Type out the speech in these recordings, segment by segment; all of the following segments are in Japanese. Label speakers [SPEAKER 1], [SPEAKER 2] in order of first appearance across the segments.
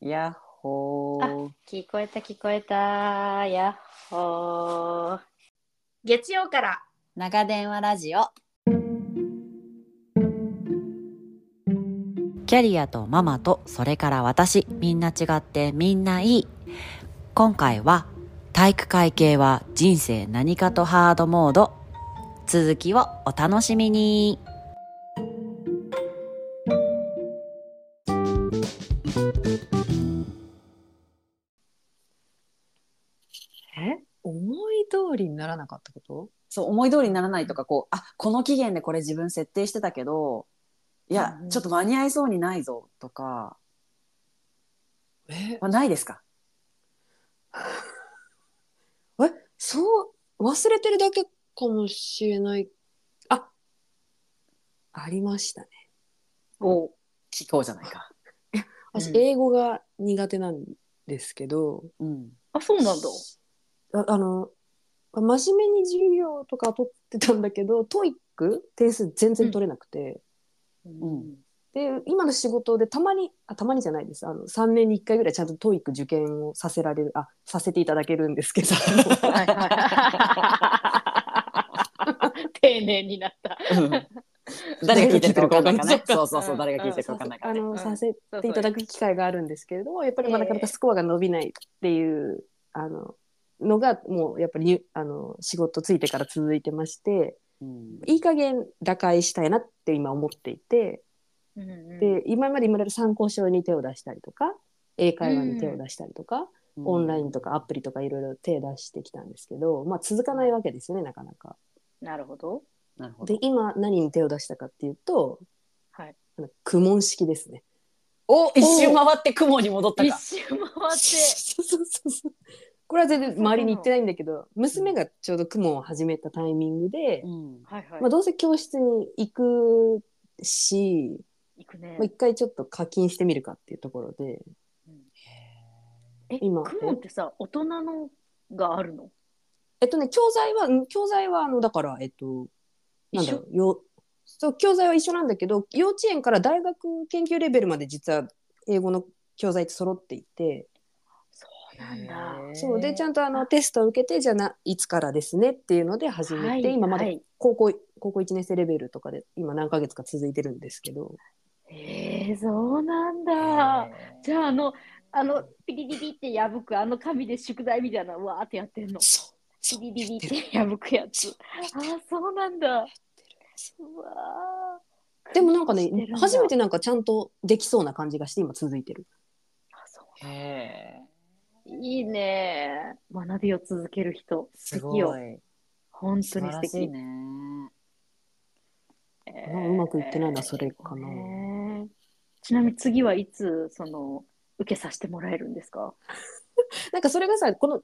[SPEAKER 1] やっほー。
[SPEAKER 2] 聞こえた聞こえたやっほー
[SPEAKER 3] 月曜から
[SPEAKER 1] 長電話ラジオ。キャリアとママとそれから私みんな違ってみんないい今回は体育会系は人生何かとハードモード続きをお楽しみに
[SPEAKER 4] え思い通りにならなかったこと
[SPEAKER 1] そう思い通りにならないとかこうあこの期限でこれ自分設定してたけどいや、
[SPEAKER 4] うん
[SPEAKER 1] ちょっと間に合いそうにないぞとか、
[SPEAKER 4] え
[SPEAKER 1] まあ、ないですか
[SPEAKER 4] えそう忘れてるだけかもしれないあありましたね
[SPEAKER 2] お
[SPEAKER 1] 聞こうじゃないか。
[SPEAKER 4] 私、
[SPEAKER 2] うん
[SPEAKER 4] 英語が苦手なんですけど
[SPEAKER 1] うん、
[SPEAKER 2] あそうなんだ
[SPEAKER 4] ああの真面目に授業とか取ってたんだけどトイック点数全然取れなくて、
[SPEAKER 1] ん
[SPEAKER 4] で今の仕事でたまにあたまにじゃないですあの3年に1回ぐらいちゃんとトイック受験をさせられるあさせていただけるんですけど
[SPEAKER 2] はいはい。丁寧になった。
[SPEAKER 1] 誰が聞いてるか分かんないからね。
[SPEAKER 4] 誰
[SPEAKER 1] そ
[SPEAKER 4] が
[SPEAKER 1] うそうそう、
[SPEAKER 2] うん
[SPEAKER 1] 誰が聞いてるか分かんないか
[SPEAKER 4] あ
[SPEAKER 1] らね。
[SPEAKER 4] の
[SPEAKER 2] ん
[SPEAKER 4] させていただく機会があるんですけれども、やっぱりま
[SPEAKER 2] え
[SPEAKER 4] あ
[SPEAKER 2] え
[SPEAKER 4] なかなかスコアが伸びないっていう、あののがもうやっぱりにあの仕事ついてから続いてまして
[SPEAKER 1] うん
[SPEAKER 4] いい加減打開したいなって今思っていて、
[SPEAKER 2] うんうん
[SPEAKER 4] で今まで今まで参考書に手を出したりとか英会話に手を出したりとか、オンラインとかアプリとかいろいろ手出してきたんですけど、まあ、続かないわけですよねなかなか。
[SPEAKER 2] なるほど。
[SPEAKER 1] なるほど
[SPEAKER 4] で。今何に手を出したかっていうと、
[SPEAKER 2] はい
[SPEAKER 4] あの、苦問式ですね。
[SPEAKER 1] お一周回って雲に戻った
[SPEAKER 2] 一
[SPEAKER 1] か。
[SPEAKER 2] 周回って。
[SPEAKER 4] そうそうそうそうこれは全然周りに言ってないんだけど娘がちょうど雲を始めたタイミングで、
[SPEAKER 1] うん
[SPEAKER 2] はいはい。
[SPEAKER 4] まあ、どうせ教室に行くし
[SPEAKER 2] 行くね
[SPEAKER 4] まあ。一、回ちょっと課金してみるかっていうところで
[SPEAKER 2] え、
[SPEAKER 4] 今
[SPEAKER 2] 雲ってさ、大人のがあるの
[SPEAKER 4] えっとね教材はうん教材はあのだからえっとなんだろうよそう教材は一緒なんだけど幼稚園から大学研究レベルまで実は英語の教材って揃っていて、
[SPEAKER 2] そうなんだ。
[SPEAKER 4] そうでちゃ
[SPEAKER 1] ん
[SPEAKER 4] んとあのテストを受けてじゃあないつからですねっていうので始めて、
[SPEAKER 2] はい
[SPEAKER 4] 今まだ
[SPEAKER 2] はい
[SPEAKER 4] 高校高校1年生レベルとかで今何ヶ月か続いてるんですけど
[SPEAKER 2] えー、そうなんだ。じゃあ、あの、あの、ピリリリって破く、あの紙で宿題みたいな、うわーってやってんの。
[SPEAKER 4] そ
[SPEAKER 2] ピリリリって破くやつ。ああ、そうなんだ。うわー
[SPEAKER 4] でもなんかね
[SPEAKER 2] してるんだ
[SPEAKER 4] 初めてなんかちゃんとできそうな感じがして今続いてる
[SPEAKER 2] あそう
[SPEAKER 1] へえ。
[SPEAKER 2] いいね。学びを続ける人。
[SPEAKER 1] す
[SPEAKER 2] 素
[SPEAKER 1] ご
[SPEAKER 2] 敵
[SPEAKER 1] い
[SPEAKER 2] よ。。本当
[SPEAKER 1] 素
[SPEAKER 2] に
[SPEAKER 1] 晴
[SPEAKER 2] 素
[SPEAKER 1] ら
[SPEAKER 2] 敵。
[SPEAKER 1] しいね。
[SPEAKER 2] え
[SPEAKER 4] まあうまくいってないのはそれかな
[SPEAKER 2] ねちなみに次はいつその受けさせてもらえるんですか。
[SPEAKER 4] なんかそれがさこの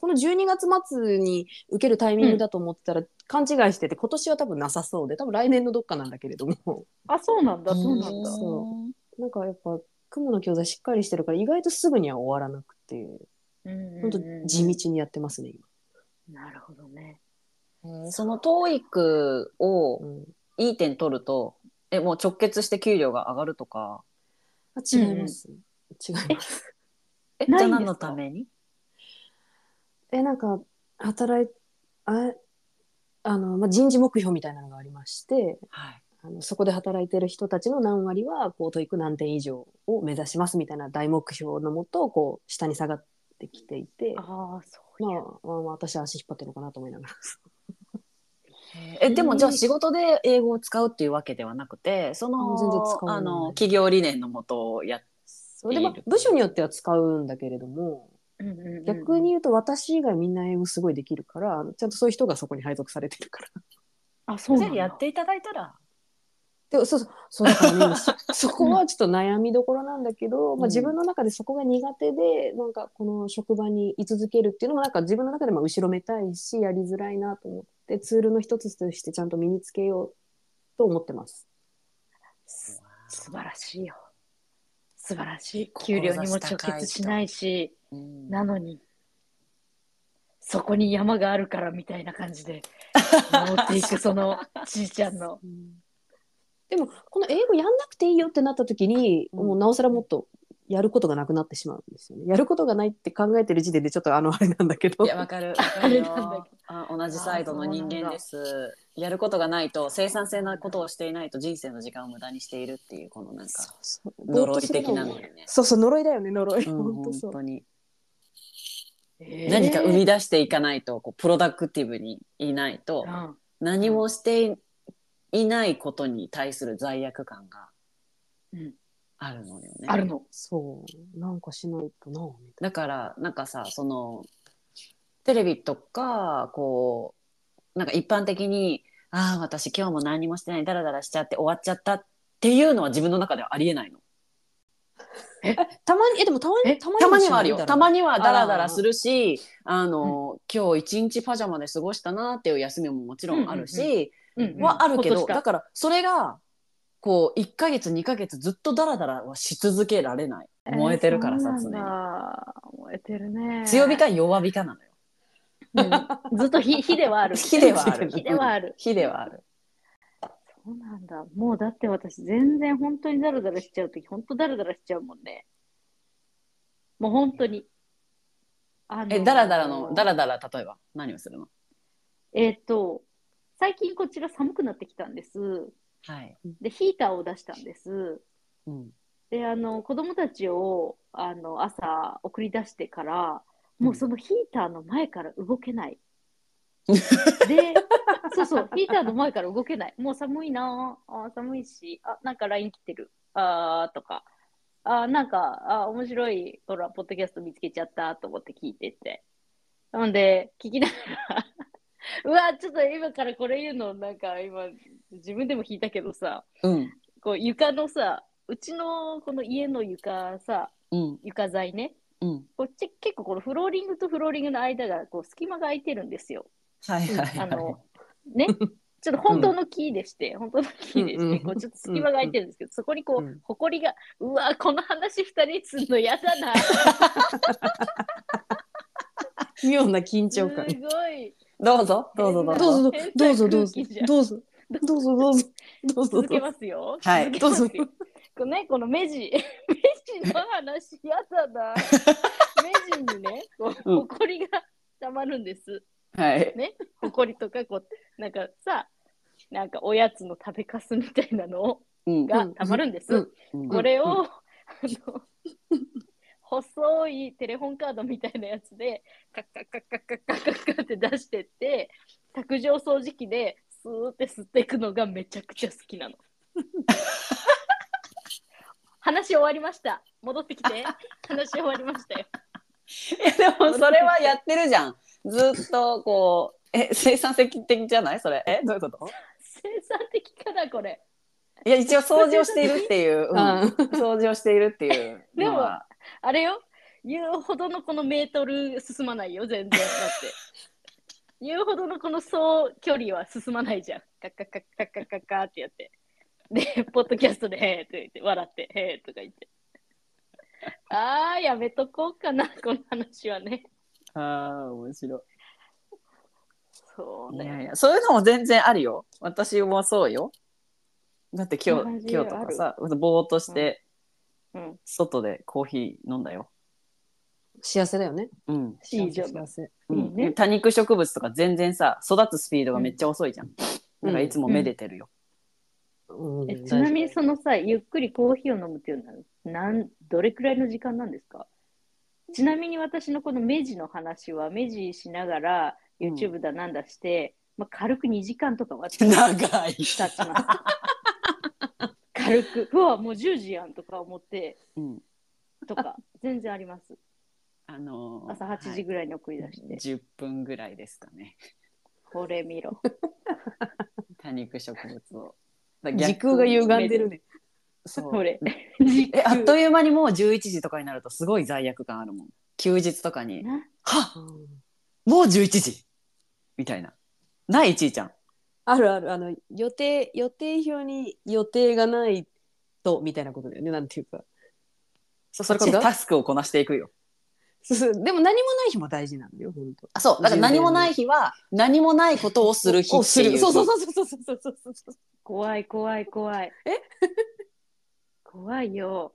[SPEAKER 4] この12月末に受けるタイミングだと思ってたら、勘違いしてて今年は多分なさそうで多分来年のどっかなんだけれども
[SPEAKER 2] あ、そうなんだ、そうなんだ。
[SPEAKER 4] そうなんかやっぱ雲の教材しっかりしてるから意外とすぐには終わらなくて
[SPEAKER 2] うん
[SPEAKER 4] 本当地。道にやってますね
[SPEAKER 2] なるほどね。
[SPEAKER 1] うんその TOEIC を
[SPEAKER 4] 今、うん
[SPEAKER 1] いい点取ると、え、もう直結して給料が上がるとか。
[SPEAKER 4] あ違います、違います
[SPEAKER 1] え、じゃ
[SPEAKER 2] ないんですか
[SPEAKER 1] あ何のために
[SPEAKER 4] えなんか働いああの、まあ、人事目標みたいなのがありまして
[SPEAKER 1] はい。
[SPEAKER 4] あのそこで働いてる人たちの何割はこうトイック何点以上を目指しますみたいな大目標のもとこう下に下がってきていて
[SPEAKER 2] ああ、そう
[SPEAKER 4] まあ
[SPEAKER 2] いう。、
[SPEAKER 4] まあ、私は足引っ張ってるのかなと思いながら
[SPEAKER 1] え、でもじゃあ仕事で英語を使うっていうわけではなくて、その、
[SPEAKER 4] 全然使わない
[SPEAKER 1] あの、企業理念のもとをやっ
[SPEAKER 4] そうで、ま
[SPEAKER 1] い
[SPEAKER 4] あ
[SPEAKER 1] い、ですね
[SPEAKER 4] 部署によっては使うんだけれども
[SPEAKER 2] うんうんうん
[SPEAKER 4] 逆に。言うと私以外みんな英語すごいできるからちゃんとそういう人がそこに配属されてるから
[SPEAKER 2] あ、そう
[SPEAKER 1] ぜ
[SPEAKER 2] なん
[SPEAKER 1] ひ
[SPEAKER 2] だ。
[SPEAKER 1] やっていただいたら。
[SPEAKER 4] でもそうそうそうだからね 今そそこはちょっと悩みどころなんだけど、まあ、自分の中でそこが苦手でなんかこの職場に居続けるっていうのもなんか自分の中でも後ろめたいしやりづらいなと思ってツールの一つとしてちゃんと身につけようと思ってます。
[SPEAKER 2] す素晴らしいよ。素晴らしい。給料にも直結しないし、
[SPEAKER 1] うん
[SPEAKER 2] なのに。そこに山があるからみたいな感 じで持っていくそのちいちゃんの
[SPEAKER 4] でもこの英語やんなくていいよってなった時に、
[SPEAKER 1] うん
[SPEAKER 4] もうなおさらもっとやることがなくなってしまうんですよね。やることがないって考えてる時点でちょっとあのあれなんだけど
[SPEAKER 5] いや、わかる。わか
[SPEAKER 2] あ
[SPEAKER 5] る
[SPEAKER 2] れ
[SPEAKER 5] よ
[SPEAKER 2] なんだ
[SPEAKER 5] あ同じサイドの人間です。やることがないと、生産性なことをしていないと人生の時間を無駄にしているっていう、このなん
[SPEAKER 4] そ
[SPEAKER 5] か、
[SPEAKER 4] うそう
[SPEAKER 5] 呪い的なのよね。
[SPEAKER 4] そうそう呪いだよね呪い、
[SPEAKER 5] うん
[SPEAKER 4] 本当そ
[SPEAKER 5] 本
[SPEAKER 4] う
[SPEAKER 5] 当に
[SPEAKER 2] え ー
[SPEAKER 5] 何か生み出していかないとこうプロダクティブにいないと
[SPEAKER 2] うん
[SPEAKER 5] 何もしていないことに対する罪悪感が
[SPEAKER 2] うん
[SPEAKER 5] あるのよね。
[SPEAKER 2] あるの。
[SPEAKER 4] そうなんかしないとなみた
[SPEAKER 5] だ
[SPEAKER 4] い
[SPEAKER 5] からなんかさそのテレビとかこうなんか一般的に「ああ私今日も何もしてないダラダラしちゃって終わっちゃった」っていうのは自分の中ではありえないの。
[SPEAKER 4] なたまにえでもたま
[SPEAKER 2] え
[SPEAKER 4] にたまに
[SPEAKER 5] たまにはあるよ。たま
[SPEAKER 4] に
[SPEAKER 5] にはダラダラするし、あの、今日一日パジャマで過ごしたなっていう休みももちろんあるし、
[SPEAKER 2] うんうんうん
[SPEAKER 5] はあるけ
[SPEAKER 2] ほ
[SPEAKER 5] ど、
[SPEAKER 2] っと
[SPEAKER 5] だ
[SPEAKER 2] した
[SPEAKER 5] からそれがこう1ヶ月2ヶ月ずっとダラダラはし続けられない燃えてるからさ
[SPEAKER 2] えーそ
[SPEAKER 5] 常
[SPEAKER 2] う
[SPEAKER 5] に
[SPEAKER 2] なんだ燃えてるね。
[SPEAKER 5] 強火か弱火かなのよ
[SPEAKER 2] うんずっと火火ではあ る。
[SPEAKER 5] 火ではある
[SPEAKER 2] 火ではある。
[SPEAKER 5] 火ではある
[SPEAKER 2] そうなんだ。もうだって私全然本当にダラダラしちゃうとき、本当ダラダラしちゃうもんね。もう本当に。あの
[SPEAKER 5] えダラダラのダラダラ例えば何をするの
[SPEAKER 2] えーっと、最近こちら寒くなってきたんです。
[SPEAKER 5] はい、
[SPEAKER 2] で、ヒーターを出したんです。
[SPEAKER 5] うん、
[SPEAKER 2] で、あの、子供たちを、あの、朝送り出してから、
[SPEAKER 5] うん
[SPEAKER 2] もうそのヒーターの前から動 けない。で、そうそう、ヒーターの前から動けない。もう寒いなああー、寒いし、あ、なんか LINE 来てる。あーとか、あーなんか、あー面白い、ほら、ポッドキャスト見つけちゃったと思って聞いてて。なんで、聞きながら、 うわ、ちょっと今からこれ言うの、なんか今、自分でも聞いたけどさ、
[SPEAKER 5] うん
[SPEAKER 2] こう床のさうちのこの家の床さ
[SPEAKER 5] うん
[SPEAKER 2] 床材ね
[SPEAKER 5] うん
[SPEAKER 2] こっち結構このフローリングとフローリングの間がこう隙間が空いてるんですよ。
[SPEAKER 5] はいはいはい
[SPEAKER 2] あのねちょっと本当の木でして、本当の木でして、
[SPEAKER 4] うんうん
[SPEAKER 2] こうちょっと隙間が空いてるんですけど、そこにこう、
[SPEAKER 4] うん
[SPEAKER 2] 埃がうわこの話二人すんのやだ なす
[SPEAKER 4] 妙な緊
[SPEAKER 2] ご
[SPEAKER 4] 張感
[SPEAKER 2] い
[SPEAKER 5] どうぞどうぞどう
[SPEAKER 4] どう
[SPEAKER 5] ぞ
[SPEAKER 4] ぞどうぞどう
[SPEAKER 2] 変な空
[SPEAKER 4] ぞ
[SPEAKER 2] 気じゃん
[SPEAKER 4] どうぞどうぞどうぞどうぞどうぞ
[SPEAKER 2] 続けますよ。
[SPEAKER 5] はい
[SPEAKER 2] 続け
[SPEAKER 4] どう
[SPEAKER 2] ます
[SPEAKER 4] ぞ
[SPEAKER 2] よこのね、この目地、目地の話、やだな。目地にね、こう、
[SPEAKER 5] うん
[SPEAKER 2] ほこりがたまるんです。
[SPEAKER 5] はい
[SPEAKER 2] ほこりとか、こう、なんかさ、なんかおやつの食べかすみたいなの
[SPEAKER 5] うん
[SPEAKER 2] がたまるんです。
[SPEAKER 4] うんうん
[SPEAKER 5] うん
[SPEAKER 2] これを、あの、細いテレホンカードみたいなやつで、カッカッカッカッカッカッカッカッって出してって、卓上掃除機で、スーって吸っていくのがめちゃくちゃ好きなの。話終わりました。戻ってきて。話終わりましたよ。
[SPEAKER 5] いやでもそれはやってるじゃんずっとこうえ生産的的じゃないそれえどういうこと
[SPEAKER 2] 生産的かな、これ。
[SPEAKER 5] いや一応掃除をしているっていう、うん
[SPEAKER 4] あ
[SPEAKER 5] 掃除をしているっていうのは
[SPEAKER 2] あれよ。言うほどのこのメートル進まないよ、全然。だって。言うほどのこの総距離は進まないじゃん。カッカッカッカッカッカッカッってやって。で、ポッドキャストで、へーって言って、笑って、へーとか言って。あー、やめとこうかな、この話はね。
[SPEAKER 5] ああ面白い
[SPEAKER 2] そう
[SPEAKER 5] い
[SPEAKER 2] ね。
[SPEAKER 5] やいやそういうのも全然あるよ私もそうよだって今
[SPEAKER 2] マ
[SPEAKER 5] 日
[SPEAKER 2] ジ
[SPEAKER 5] 今日とかさぼーっとして
[SPEAKER 2] うん。
[SPEAKER 5] 外でコーヒー飲んだよ、
[SPEAKER 4] 幸せだよね
[SPEAKER 5] うん
[SPEAKER 2] いいじゃん
[SPEAKER 4] 幸せ
[SPEAKER 5] うん
[SPEAKER 2] いいね
[SPEAKER 5] 多肉植物とか全然さ育つスピードがめっちゃ遅いじゃん、
[SPEAKER 4] うん
[SPEAKER 5] だからいつもめでてるよ、
[SPEAKER 4] うん
[SPEAKER 2] えちなみにそのさ、ゆっくりコーヒーを飲むっていうのは、なんどれくらいの時間なんですかちなみに私のこの目地の話は、目地しながら
[SPEAKER 5] うん
[SPEAKER 2] YouTube だなんだして、まあ、軽く2時間とかは
[SPEAKER 5] 長い
[SPEAKER 2] 経ちます。 軽く、うわ、もう10時やんとか思って、
[SPEAKER 5] うん
[SPEAKER 2] とか、全然あります。
[SPEAKER 5] あのー
[SPEAKER 2] 朝8時ぐらいに送り出して、
[SPEAKER 5] はい10分ぐらいですかね
[SPEAKER 2] これ見ろ。
[SPEAKER 5] 多肉植物を
[SPEAKER 4] 時空が歪んでる
[SPEAKER 5] ね
[SPEAKER 4] ね
[SPEAKER 5] そう
[SPEAKER 2] これ。時
[SPEAKER 5] えあっ
[SPEAKER 2] 空
[SPEAKER 5] という間にもう11時とかになるとすごい罪悪感あるもん休日とかに
[SPEAKER 2] な
[SPEAKER 5] はっもう11時みたいな。ない、ちいちゃん。
[SPEAKER 4] あるあるあの予定予定表に予定がないとみたいなことだよねなんていうか
[SPEAKER 5] そそれこ
[SPEAKER 4] 違
[SPEAKER 5] そうタスクをこなしていくよ。
[SPEAKER 4] そうそうでも何もない日も大事なんだよ本当
[SPEAKER 5] あ、そう。だから何もない日は、何もないことをする日
[SPEAKER 4] お
[SPEAKER 5] って
[SPEAKER 4] す
[SPEAKER 5] いう
[SPEAKER 4] る
[SPEAKER 5] 日。
[SPEAKER 4] そうそうそうそうそうそうそうそう
[SPEAKER 2] 怖い怖い怖い。怖いよ。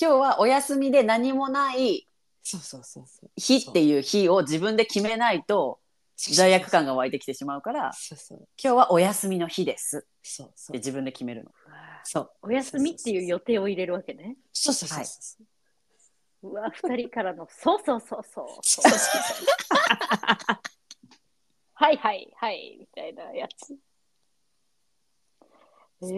[SPEAKER 5] 今日はお休みで何もない
[SPEAKER 4] そうそうそうそう。
[SPEAKER 5] 日っていう日を自分で決めないと罪悪感が湧いてきてしまうから
[SPEAKER 4] そうそう。
[SPEAKER 5] 今日はお休みの日です
[SPEAKER 4] そうそ
[SPEAKER 5] って
[SPEAKER 4] う。
[SPEAKER 5] 自分で決めるの。
[SPEAKER 4] そう。
[SPEAKER 2] お休みっていう予定を入れるわけね。
[SPEAKER 4] そうそうそうそう。
[SPEAKER 2] うわ、二人からの、そうそうそうそう。はいはいはい、みたいなやつ。えー、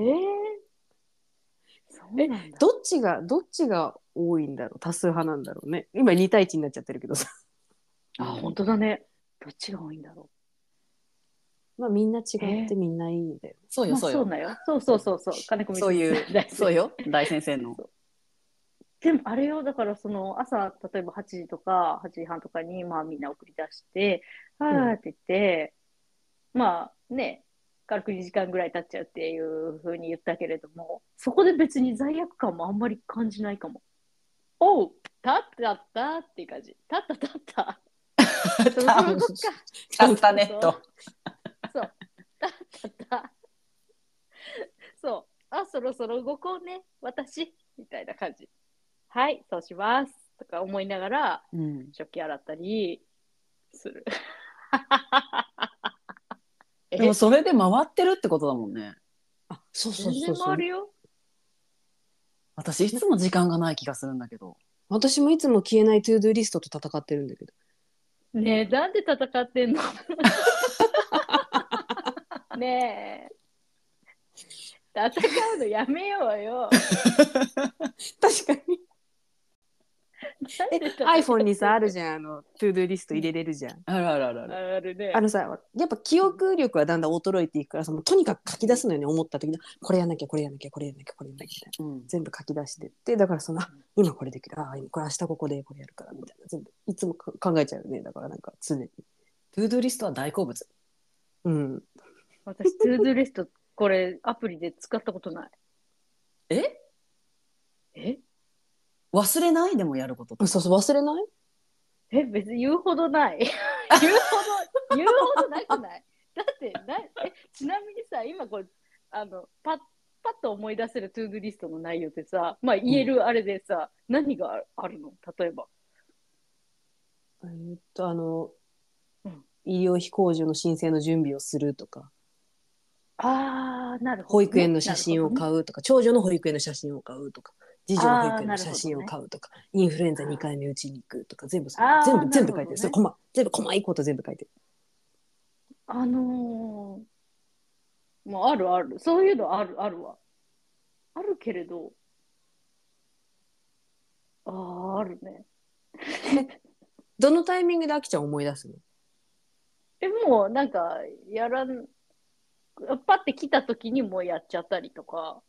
[SPEAKER 2] そうなんだ。
[SPEAKER 4] どっちが、どっちが多いんだろう多数派なんだろうね。今2対1になっちゃってるけどさ。
[SPEAKER 2] あ、本当だね。どっちが多いんだろ
[SPEAKER 4] まあみんな違ってみんないいんだよ。
[SPEAKER 5] そう
[SPEAKER 2] う。
[SPEAKER 5] よ
[SPEAKER 2] まあ
[SPEAKER 5] そう
[SPEAKER 2] そう
[SPEAKER 5] よ。
[SPEAKER 2] だよ。そうそうそうそう。金子み
[SPEAKER 5] そういう
[SPEAKER 2] う
[SPEAKER 5] そうよ大先生の。
[SPEAKER 2] でもあれよ、だからその朝、例えば8時とか8時半とかに、まあみんな送り出して、あーって言って、まあね、軽く2時間ぐらい経っちゃうっていうふうに言ったけれども、そこで別に罪悪感もあんまり感じないかも。おう、たったったっていう感じ。たったたった。そうそういうことか。
[SPEAKER 5] カスタネット。
[SPEAKER 2] そう。たったた。そう。あ、そろそろ動こうね、私。みたいな感じ。はい、そうします。とか思いながら、
[SPEAKER 5] うん
[SPEAKER 2] 食器洗ったりする。 え
[SPEAKER 5] でもそれで回ってるってことだもんね。
[SPEAKER 4] あ、そうそ
[SPEAKER 2] 全
[SPEAKER 4] うそ
[SPEAKER 2] 然
[SPEAKER 4] うそう
[SPEAKER 2] 回る。よ。
[SPEAKER 5] 私いつも時間がない気がするんだけど。
[SPEAKER 4] 私もいつも消えないトゥードゥーリストと戦ってるんだけど。
[SPEAKER 2] ねえ、なんで戦ってんの ねえ。戦うのやめようよ。
[SPEAKER 4] 確かに。
[SPEAKER 2] なんで戦
[SPEAKER 4] iPhone にさ、あるじゃん。あの、トゥードゥーリスト入れれるじゃん。
[SPEAKER 5] あるあるあるある。
[SPEAKER 2] あるね。
[SPEAKER 4] あのさ、やっぱ記憶力はだんだん衰えていくからさ、もうとにかく書き出すのよね、思った時に、これやんなきゃ、これやんなきゃ、これやんなきゃ、これやんなきゃみたいな、
[SPEAKER 5] うん
[SPEAKER 4] 全部書き出してって、だからその、あ今これできる、ああ、今これ明日ここでこれやるから、みたいな、全部、いつもか考えちゃうよね、だからなんか常に。
[SPEAKER 5] トゥードゥーリストは大好物。
[SPEAKER 4] うん。
[SPEAKER 2] 私、トゥードゥーリスト、これ、アプリで使ったことない。
[SPEAKER 5] え
[SPEAKER 2] え
[SPEAKER 5] 忘れないでもやることって
[SPEAKER 4] そうそう、忘れない
[SPEAKER 2] え、別に言うほど ない。言うほど、言うほどなくないだってなえ、ちなみにさ、今こう、あの、パッ、パッと思い出せるトゥードゥリストの内容ってさ、まあ言えるあれでさ、何があるあるの例えば。
[SPEAKER 4] えーっと、あの
[SPEAKER 2] うん、
[SPEAKER 4] 医療費控除の申請の準備をするとか、
[SPEAKER 2] あー、なるほど、
[SPEAKER 4] 保育園の写真を
[SPEAKER 2] う。
[SPEAKER 4] 買うとか、長女の保育園の写真を買うとか、次女の保育園の写真を買うとか、インフルエンザ2回目打ちに行くとか、全部それ
[SPEAKER 2] あー
[SPEAKER 4] 全部、全部
[SPEAKER 2] な
[SPEAKER 4] 書
[SPEAKER 2] るほど
[SPEAKER 4] いて
[SPEAKER 2] ね
[SPEAKER 4] る。それ、こま、全部、細いこと全部書いてる。
[SPEAKER 2] あのー、もうあるある。そういうのある、あるわ。あるけれど、あー、あるね。
[SPEAKER 4] どのタイミングであきちゃん思い出すの
[SPEAKER 2] え、もうなんか、やらん、パって来た時にもうやっちゃったりとか、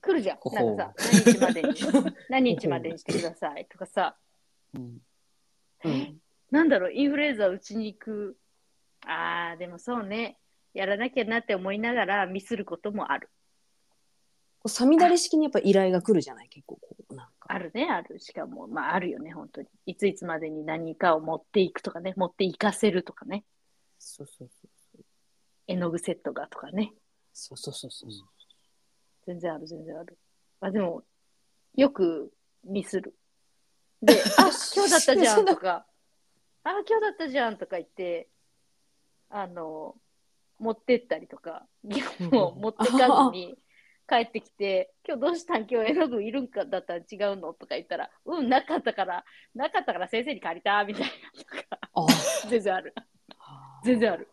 [SPEAKER 2] 来るじゃん。
[SPEAKER 5] ほ
[SPEAKER 2] な
[SPEAKER 5] ほ
[SPEAKER 2] ん
[SPEAKER 5] う
[SPEAKER 2] かさ、何日ま でに、何日までにしてくださいとかさ、
[SPEAKER 5] うん
[SPEAKER 4] うん
[SPEAKER 2] なんだろう、インフルエンザ打ちに行く。あー、でもそうね、やらなきゃなって思いながらミスることもある。
[SPEAKER 4] こうさみだれ式にやっぱ依頼が来るじゃない結構こうなんか
[SPEAKER 2] あるね、ある。しかも、まああるよね、本当に。いついつまでに何かを持っていくとかね、持っていかせるとかね、
[SPEAKER 4] そうそう
[SPEAKER 2] 絵の具セットがとかね。
[SPEAKER 4] そうそうそうそうそう
[SPEAKER 2] 全然ある、全然ある。あ、でも、よくミスる。で、あ、今日だったじゃんとか、あ、今日だったじゃんとか言って、あの、持ってったりとか、ギャグを持ってかずに帰ってきて、今日どうしたん今日絵の具いるんかだったら違うのとか言ったら、うん、なかったから、なかったから先生に借りた、みたいなとか、
[SPEAKER 4] あ
[SPEAKER 2] 全然ある。
[SPEAKER 4] あ
[SPEAKER 2] 全然ある。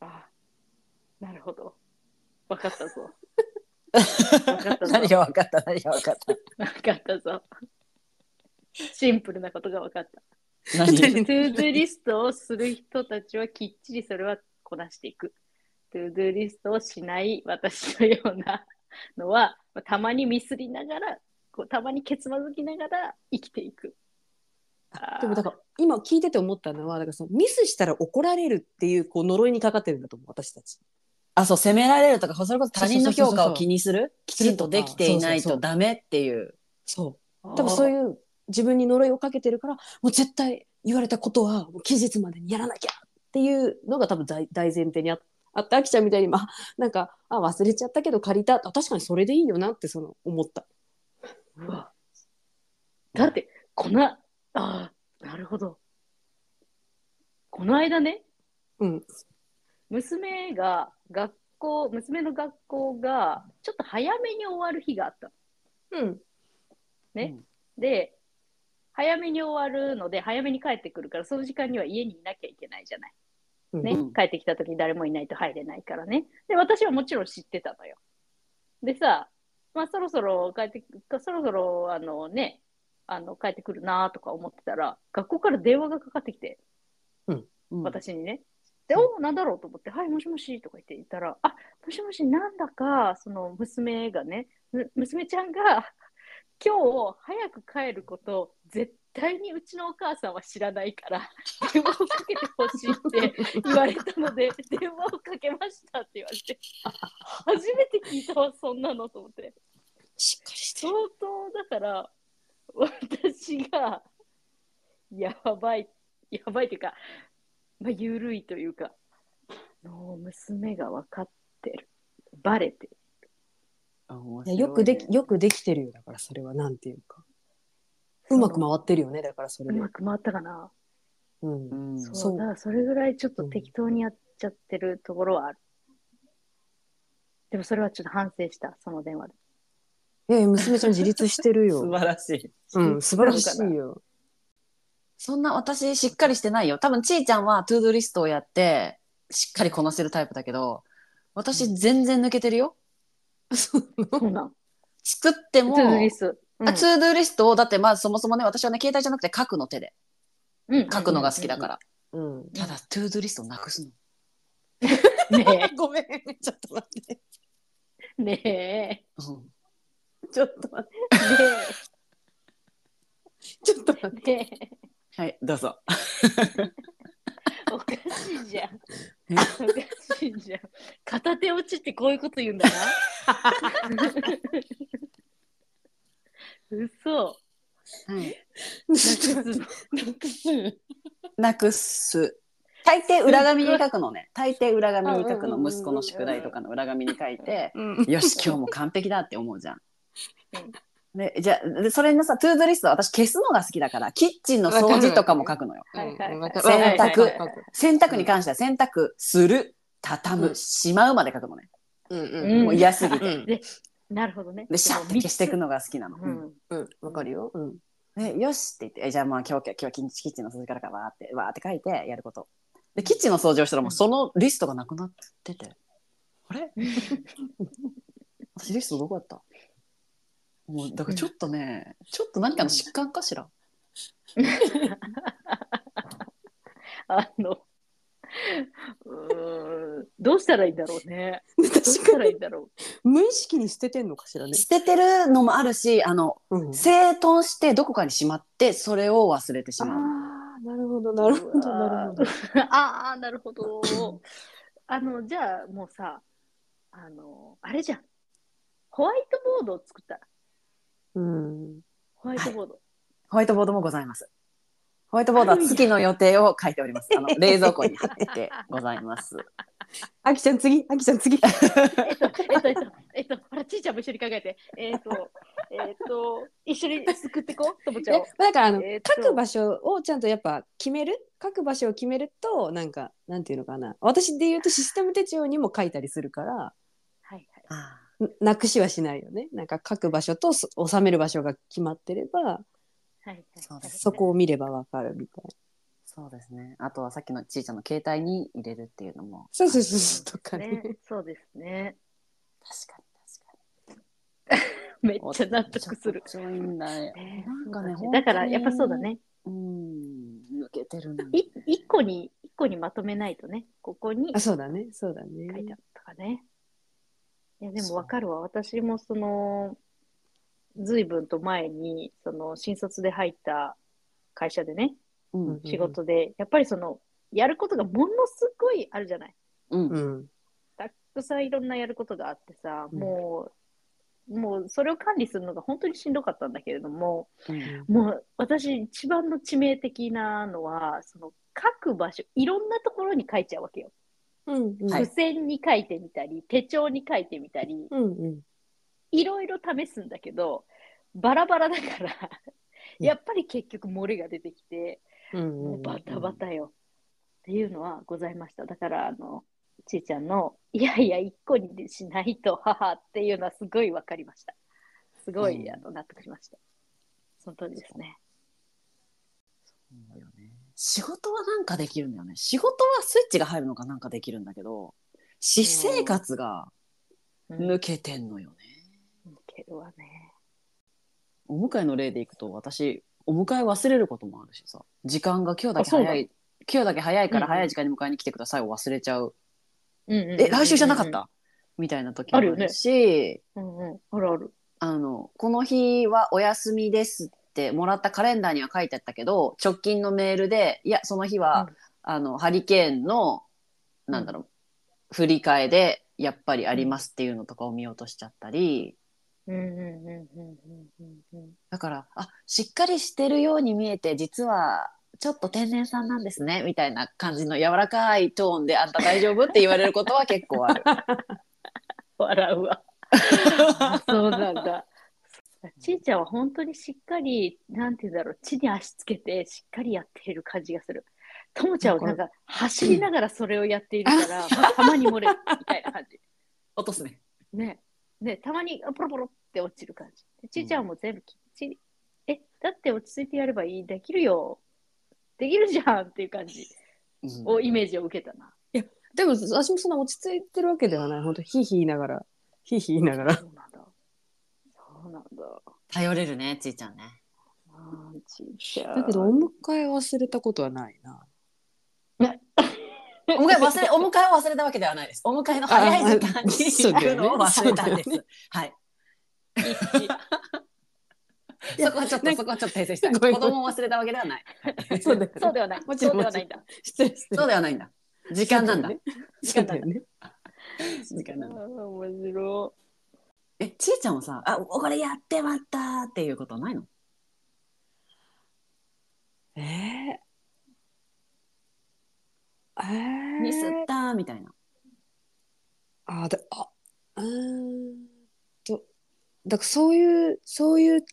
[SPEAKER 2] ああ、なるほど。わかった ぞ。わかったぞ。
[SPEAKER 5] 何が分かった何が分かった
[SPEAKER 2] わかったぞ。シンプルなことが分かった。ト
[SPEAKER 5] 何
[SPEAKER 2] ゥードゥリストをする人たちはきっちりそれはこなしていく。トゥードゥリストをしない私のようなのは、まあたまにミスりながら、こうたまにけつまずきながら生きていく。あー
[SPEAKER 4] でもだから今聞いてて思ったのはだからそのミスしたら怒られるっていうこう呪いにかかってるんだと思う私たち
[SPEAKER 5] あそう責められるとかそれこそ他人の評価を気にす るき
[SPEAKER 4] そ
[SPEAKER 5] ち
[SPEAKER 4] うそ
[SPEAKER 5] んと
[SPEAKER 4] うそうそう
[SPEAKER 5] できていない
[SPEAKER 4] そうそう
[SPEAKER 5] と
[SPEAKER 4] そう
[SPEAKER 5] ダメっていう
[SPEAKER 4] そう多分そういう自分に呪いをかけてるからもう絶対言われたことはもう期日までにやらなきゃっていうのが多分大大前提にああったあきちゃんみたいに、まあ、なんか、あ、忘れちゃったけど借りた。あ確かにそれでいいよなって、その、思った。
[SPEAKER 2] うわ。だって、この、ああー、なるほど。この間ね、
[SPEAKER 4] うん。
[SPEAKER 2] 娘が学校、娘の学校が、ちょっと早めに終わる日があったの
[SPEAKER 4] うん。
[SPEAKER 2] で、早めに終わるので、早めに帰ってくるから、その時間には家にいなきゃいけないじゃない。ね
[SPEAKER 5] うん、
[SPEAKER 2] 帰ってきた時に誰もいないと入れないからね。で、私はもちろん知ってたのよ。でさ、まあそろそろ帰って、そろそろあのね、あの帰ってくるなとか思ってたら、学校から電話がかかってきて、
[SPEAKER 5] うん
[SPEAKER 2] 私にね。で、おお、なんだろうと思って、はい、もしもしとか言って言ったら、あ、もしもし、なんだか、その娘がね、む娘ちゃんが、今日早く帰ること、絶対にうちのお母さんは知らないから、電話をかけてほしいって言われたの で、電話をかけましたって言われて、初めて聞いたわ、そんなのと思って。
[SPEAKER 4] しっかりして
[SPEAKER 2] 相当だから、私が、やばい、やばいというか、まあ、ゆるいというか、もう娘が分かってる。バレてる。
[SPEAKER 5] あ面 白
[SPEAKER 4] いや
[SPEAKER 5] い
[SPEAKER 4] よくでき、
[SPEAKER 5] ね
[SPEAKER 4] よくできてるよ。だから、それはなんていうか。うまく回ってるよね。だから、それ
[SPEAKER 2] う
[SPEAKER 4] で
[SPEAKER 2] ま。く回ったかな。
[SPEAKER 4] うん
[SPEAKER 5] う。ん
[SPEAKER 2] そう
[SPEAKER 4] そう
[SPEAKER 2] だからそれぐらいちょっと適当にやっちゃってるところはある。でもそれはちょっと反省した、その 電話で。
[SPEAKER 4] いやいや、娘ちゃん自立してる
[SPEAKER 5] 素
[SPEAKER 4] よ。
[SPEAKER 5] 晴らしい。
[SPEAKER 4] うん、素晴らしいよ。
[SPEAKER 5] そんな私しっかりしてないよ。多分ちーちゃんはトゥードゥリストをやってしっかりこなせるタイプだけど、私全然抜けてるよ。
[SPEAKER 2] そうなん。
[SPEAKER 5] 作って
[SPEAKER 2] トゥ
[SPEAKER 5] も、
[SPEAKER 2] ードゥーリスト。うん
[SPEAKER 5] あトゥードゥリストをだってまあそもそもね私はね携帯じゃなくて書くの手で
[SPEAKER 2] うん
[SPEAKER 5] 書くのが好きだから、
[SPEAKER 4] うん。
[SPEAKER 5] ただトゥードゥリストをなくす の、
[SPEAKER 2] ね
[SPEAKER 5] ごめんちょっと待って、
[SPEAKER 2] え、ねえ、
[SPEAKER 4] ちょっと待って、 ちょっと待っ
[SPEAKER 2] ねえ、ねえ。
[SPEAKER 5] はいどうぞ
[SPEAKER 2] おかしいじゃん。おかしいじゃん。片手落ちってこういうこと言うんだな。嘘。
[SPEAKER 4] て。
[SPEAKER 2] なくす。
[SPEAKER 5] なくす大抵裏紙に書くの ね大抵裏紙に書く
[SPEAKER 4] うんうんうん
[SPEAKER 5] の
[SPEAKER 4] うん
[SPEAKER 5] 息子の宿題とかの裏紙に書いて
[SPEAKER 4] うん。
[SPEAKER 5] よし今日も完璧だって思うじゃん。でじゃあでそれのさトゥードゥリストは私消すのが好きだからキッチンの掃除とかも書くのよ。
[SPEAKER 2] はいはい
[SPEAKER 4] わかる
[SPEAKER 5] 洗濯
[SPEAKER 4] わかる
[SPEAKER 5] 洗濯に関しては洗濯する畳む、
[SPEAKER 4] うん
[SPEAKER 5] しまうまで書くのね。
[SPEAKER 4] うん
[SPEAKER 2] うん
[SPEAKER 5] もう嫌すぎて。
[SPEAKER 4] うん
[SPEAKER 2] なるほどね。
[SPEAKER 5] でシャッて消していくのが好きなの。
[SPEAKER 2] うん。
[SPEAKER 4] うん。わかるよ。うん。
[SPEAKER 5] でよしって言ってえじゃあまあ今日今日今日キッチンの掃除からかわーってわーって書いてやること。でキッチンの掃除をしたらもうそのリストがなくなってて、あれ 私リストどこやったもうだからちょっとね、ちょっと何かの疾患かしら、
[SPEAKER 2] あの、うーんどうしたらいいんだろうね。どうし
[SPEAKER 4] 確
[SPEAKER 2] た
[SPEAKER 4] から
[SPEAKER 2] いい
[SPEAKER 4] に
[SPEAKER 2] んだろ
[SPEAKER 4] 無意識に捨ててんのかしらね。
[SPEAKER 5] 捨ててるのもあるしあの
[SPEAKER 4] うん
[SPEAKER 5] 整頓してどこかにしまってそれを忘れてし
[SPEAKER 4] あ
[SPEAKER 5] まう
[SPEAKER 4] あ、なるほど、なるほど、なるほど。
[SPEAKER 2] う。 ああ、なるほど。あの、じゃあもうさ、あの、あれじゃん。ホワイトボードを作ったら。
[SPEAKER 4] うん。
[SPEAKER 2] ホワイトボード。
[SPEAKER 5] ホワイトボードもございますホワイトボードは月の予定を書いておりますあの冷蔵庫に貼ってございます
[SPEAKER 4] あきちゃん次、あきちゃん次。
[SPEAKER 2] えっと、えっと、えっと、えっと、ほら、ちいちゃんも一緒に考えて。えっと、えっと、一緒に救ってこう、ともちゃんを。
[SPEAKER 4] えだからあ の、
[SPEAKER 2] えーと
[SPEAKER 4] 書く場所をちゃんとやっぱ決める書く場所を決めるとなんかなんていうのかな私で言うとシステム手帳にも書いたりするから
[SPEAKER 2] はいはい。
[SPEAKER 4] んなくしはしないよねなんか書く場所とそ収める場所が決まってれば
[SPEAKER 2] はいはい、
[SPEAKER 5] そうです
[SPEAKER 4] そこを見ればわかるみたいな
[SPEAKER 5] そうですねあとはさっきのちいちゃんの携帯に入れるっていうのも
[SPEAKER 4] そうそうそうそうとかね
[SPEAKER 2] ね。そうですね。
[SPEAKER 5] 確かに確かに
[SPEAKER 2] めっちゃ納得する。
[SPEAKER 5] ちょっといいんだよ
[SPEAKER 2] ね
[SPEAKER 5] なんかね
[SPEAKER 2] だから、やっぱそうだね。
[SPEAKER 5] うん抜けてるない
[SPEAKER 2] 一個に、一個にまとめないとね、ここに
[SPEAKER 4] あそうだねそうだ
[SPEAKER 2] 書いてあ
[SPEAKER 4] ね
[SPEAKER 2] ったかね。いや、で
[SPEAKER 5] そ
[SPEAKER 2] も
[SPEAKER 5] う
[SPEAKER 2] わかるわ。私もその、随分と前に、その、新卒で入った会社でね、
[SPEAKER 5] うん
[SPEAKER 2] 仕事で、やっぱりその、やることがものすごいあるじゃない。
[SPEAKER 5] う
[SPEAKER 4] うんん
[SPEAKER 2] たくさんいろんなやることがあってさ、
[SPEAKER 4] うん
[SPEAKER 2] もう、もうそれを管理するのが本当にしんどかったんだけれども、
[SPEAKER 5] うん
[SPEAKER 2] もう私一番の致命的なのは、その書く場所、いろんなところに書いちゃうわけよ。
[SPEAKER 4] うんうん
[SPEAKER 5] はい
[SPEAKER 2] 付箋に書いてみたり、手帳に書いてみたり、
[SPEAKER 4] うんうん
[SPEAKER 2] いろいろ試すんだけど、バラバラだから、やっぱり結局漏れが出てきて、
[SPEAKER 4] うんうん
[SPEAKER 2] もうバタバタよ。っていうのはございました。だから、あの、ちーちゃんの、いやいや、一個にしないと、母っていうのはすごいわかりました。すごい、
[SPEAKER 5] うん
[SPEAKER 2] あの、納得しました。その通りですね。
[SPEAKER 5] そうよね仕事はなんかできるんだよね仕事はスイッチが入るのかなんかできるんだけど私生活が
[SPEAKER 2] うん、
[SPEAKER 5] 抜けてんのよね、
[SPEAKER 2] 抜けるわね。
[SPEAKER 5] お迎えの例でいくと私お迎え忘れることもあるしさ時間が今日だけ
[SPEAKER 2] あそう
[SPEAKER 5] 早
[SPEAKER 2] だ
[SPEAKER 5] い今日だけ早いから
[SPEAKER 2] うんうん
[SPEAKER 5] 早い時間に迎えに来てくださいを忘れちゃう、
[SPEAKER 2] うんうんうんうん
[SPEAKER 5] え来週じゃなかった、みたいな時もあるし
[SPEAKER 2] うんうん。あるある。
[SPEAKER 5] あのこの日はお休みですってもらったカレンダーには書いてあったけど直近のメールでいやその日は、
[SPEAKER 2] うん
[SPEAKER 5] あのハリケーンのなんだろう、振り替えでやっぱりありますっていうのとかを見落としちゃったり
[SPEAKER 2] うんうんうんうんうんうんうん。
[SPEAKER 5] だからあしっかりしてるように見えて実はちょっと天然さんなんですねみたいな感じの柔らかいトーンで「あんた大丈夫?」って言われることは結構あ る。
[SPEAKER 2] 笑うわ。あそうなんだ。ちいちゃんは本当にしっかり、なんて言うんだろう、地に足つけて、しっかりやっている感じがする。ともちゃんはなんか、走りながらそれをやっているから、まあたまに漏れるみたいな感じ。
[SPEAKER 5] 落とすね。
[SPEAKER 2] ね。ね、たまに、あポロポロって落ちる感じ。でちいちゃんも全部きっちり、え、だって落ち着いてやればいい、できるよ。できるじゃんっていう感じ
[SPEAKER 5] うん
[SPEAKER 2] を、イメージを受けたな。
[SPEAKER 4] でも私もそんな落ち着いてるわけではない本当ヒーヒー言いながらヒーヒー言いながら
[SPEAKER 2] そうなんだ。そうなんだ。
[SPEAKER 5] 頼れるねちいちゃんね。
[SPEAKER 2] あーちいちゃん。
[SPEAKER 4] だけどお迎え忘れたことはない な
[SPEAKER 5] お迎え忘れ、お迎えを忘れたわけではないです。お迎えの早い時間 に
[SPEAKER 4] あ
[SPEAKER 5] 行くのを忘れたんです。
[SPEAKER 4] そうだよねそうだよね
[SPEAKER 5] はい。
[SPEAKER 4] いや
[SPEAKER 5] そこはちょっと、
[SPEAKER 4] なん
[SPEAKER 5] そ
[SPEAKER 4] か
[SPEAKER 5] こはちょっと訂正したい。
[SPEAKER 4] ごめん
[SPEAKER 5] 子供を忘れたわけではない。
[SPEAKER 4] そうだよね
[SPEAKER 2] そうではない。
[SPEAKER 4] もち
[SPEAKER 2] そうん
[SPEAKER 4] ろ
[SPEAKER 2] ではないんだ。
[SPEAKER 4] 失礼失 礼
[SPEAKER 5] そうではないんだ。時間なん だ。
[SPEAKER 4] 時間だよね
[SPEAKER 5] 時間なんだ。
[SPEAKER 2] 面白
[SPEAKER 5] え、ちいちゃんはさ、あ、これやってまったっていうことないの
[SPEAKER 4] えー、えー、
[SPEAKER 5] ミスったみたいな。
[SPEAKER 4] あであうーんとだからそういうそういう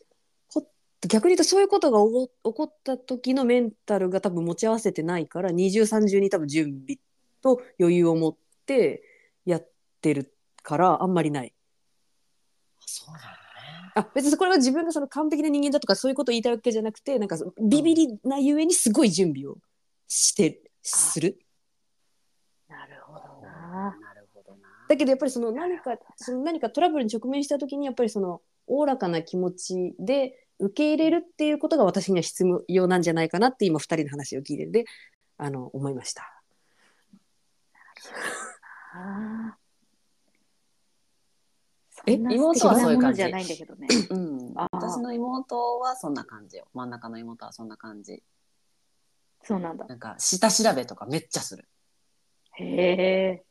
[SPEAKER 4] こ逆に言うとそういうことがおこ起こった時のメンタルが多分持ち合わせてないから二重三重に多分準備と余裕を持ってやってるからあんまりない。
[SPEAKER 5] そうだね。
[SPEAKER 4] あ別にこれは自分がその完璧な人間だとかそういうことを言いたいわけじゃなくてなんかそのビビりなゆえにすごい準備をしてする。
[SPEAKER 2] い。なるほどな。
[SPEAKER 5] なるほどな。
[SPEAKER 4] だけどやっぱりその何かその何かトラブルに直面した時にやっぱりそのおおらかな気持ちで受け入れるっていうことが私には必要なんじゃないかなって今二人の話を聞いててあの思いました。
[SPEAKER 2] あー
[SPEAKER 4] え
[SPEAKER 2] そんな
[SPEAKER 5] 妹はそういう感じ
[SPEAKER 2] 素敵なものじゃないんだけどね。
[SPEAKER 5] うん。
[SPEAKER 2] あー
[SPEAKER 5] 私の妹はそんな感じよ。真ん中の妹はそんな感じ。
[SPEAKER 2] そうなんだ。
[SPEAKER 5] なんか、下調べとかめっちゃする。
[SPEAKER 2] へ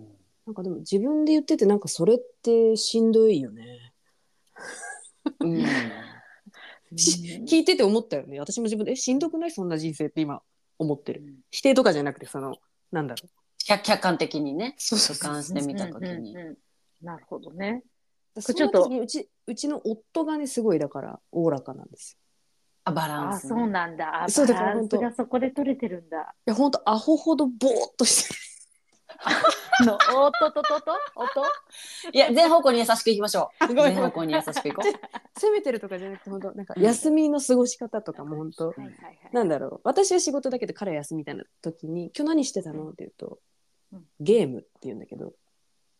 [SPEAKER 2] え。
[SPEAKER 4] なんかでも自分で言っててなんかそれってしんどいよね。
[SPEAKER 5] うん。
[SPEAKER 4] し聞いてて思ったよね。私も自分でえしんどくないそんな人生って今思ってる。否定とかじゃなくてそのなんだろう。
[SPEAKER 5] 客客観的にね、
[SPEAKER 4] そうそう
[SPEAKER 5] 俯
[SPEAKER 4] そう
[SPEAKER 5] 瞰してみたときに
[SPEAKER 2] うん。うんうんなるほどね。
[SPEAKER 4] そ
[SPEAKER 2] ちょっと
[SPEAKER 4] の時にうちうちの夫がねすごいだからおおらかなんですよ。
[SPEAKER 5] あ、バラ
[SPEAKER 2] あ
[SPEAKER 5] ン
[SPEAKER 2] ー
[SPEAKER 5] ス、
[SPEAKER 2] そうなんだ。あー
[SPEAKER 4] そうだ
[SPEAKER 2] バ
[SPEAKER 4] から
[SPEAKER 2] ラン
[SPEAKER 4] 本
[SPEAKER 2] ス
[SPEAKER 4] 当
[SPEAKER 2] がそこで取れてるんだ。
[SPEAKER 4] いや本当アホほどぼーっとして る。
[SPEAKER 2] あの、おっとっとっとっと、おっと。
[SPEAKER 5] いや、全方向に優しくいきましょ う。
[SPEAKER 4] ごめ
[SPEAKER 5] 全
[SPEAKER 4] ん
[SPEAKER 5] 方向に優しくいこう。
[SPEAKER 4] 責めてるとかじゃなくて本当なんか
[SPEAKER 5] うん
[SPEAKER 4] 休みの過ごし方とかも本当
[SPEAKER 2] はいはいはい。
[SPEAKER 4] なんだろう私は仕事だけど彼は休みみたいな時に「今日何してたの?」って言うと
[SPEAKER 2] うん
[SPEAKER 4] 「ゲーム」って言うんだけども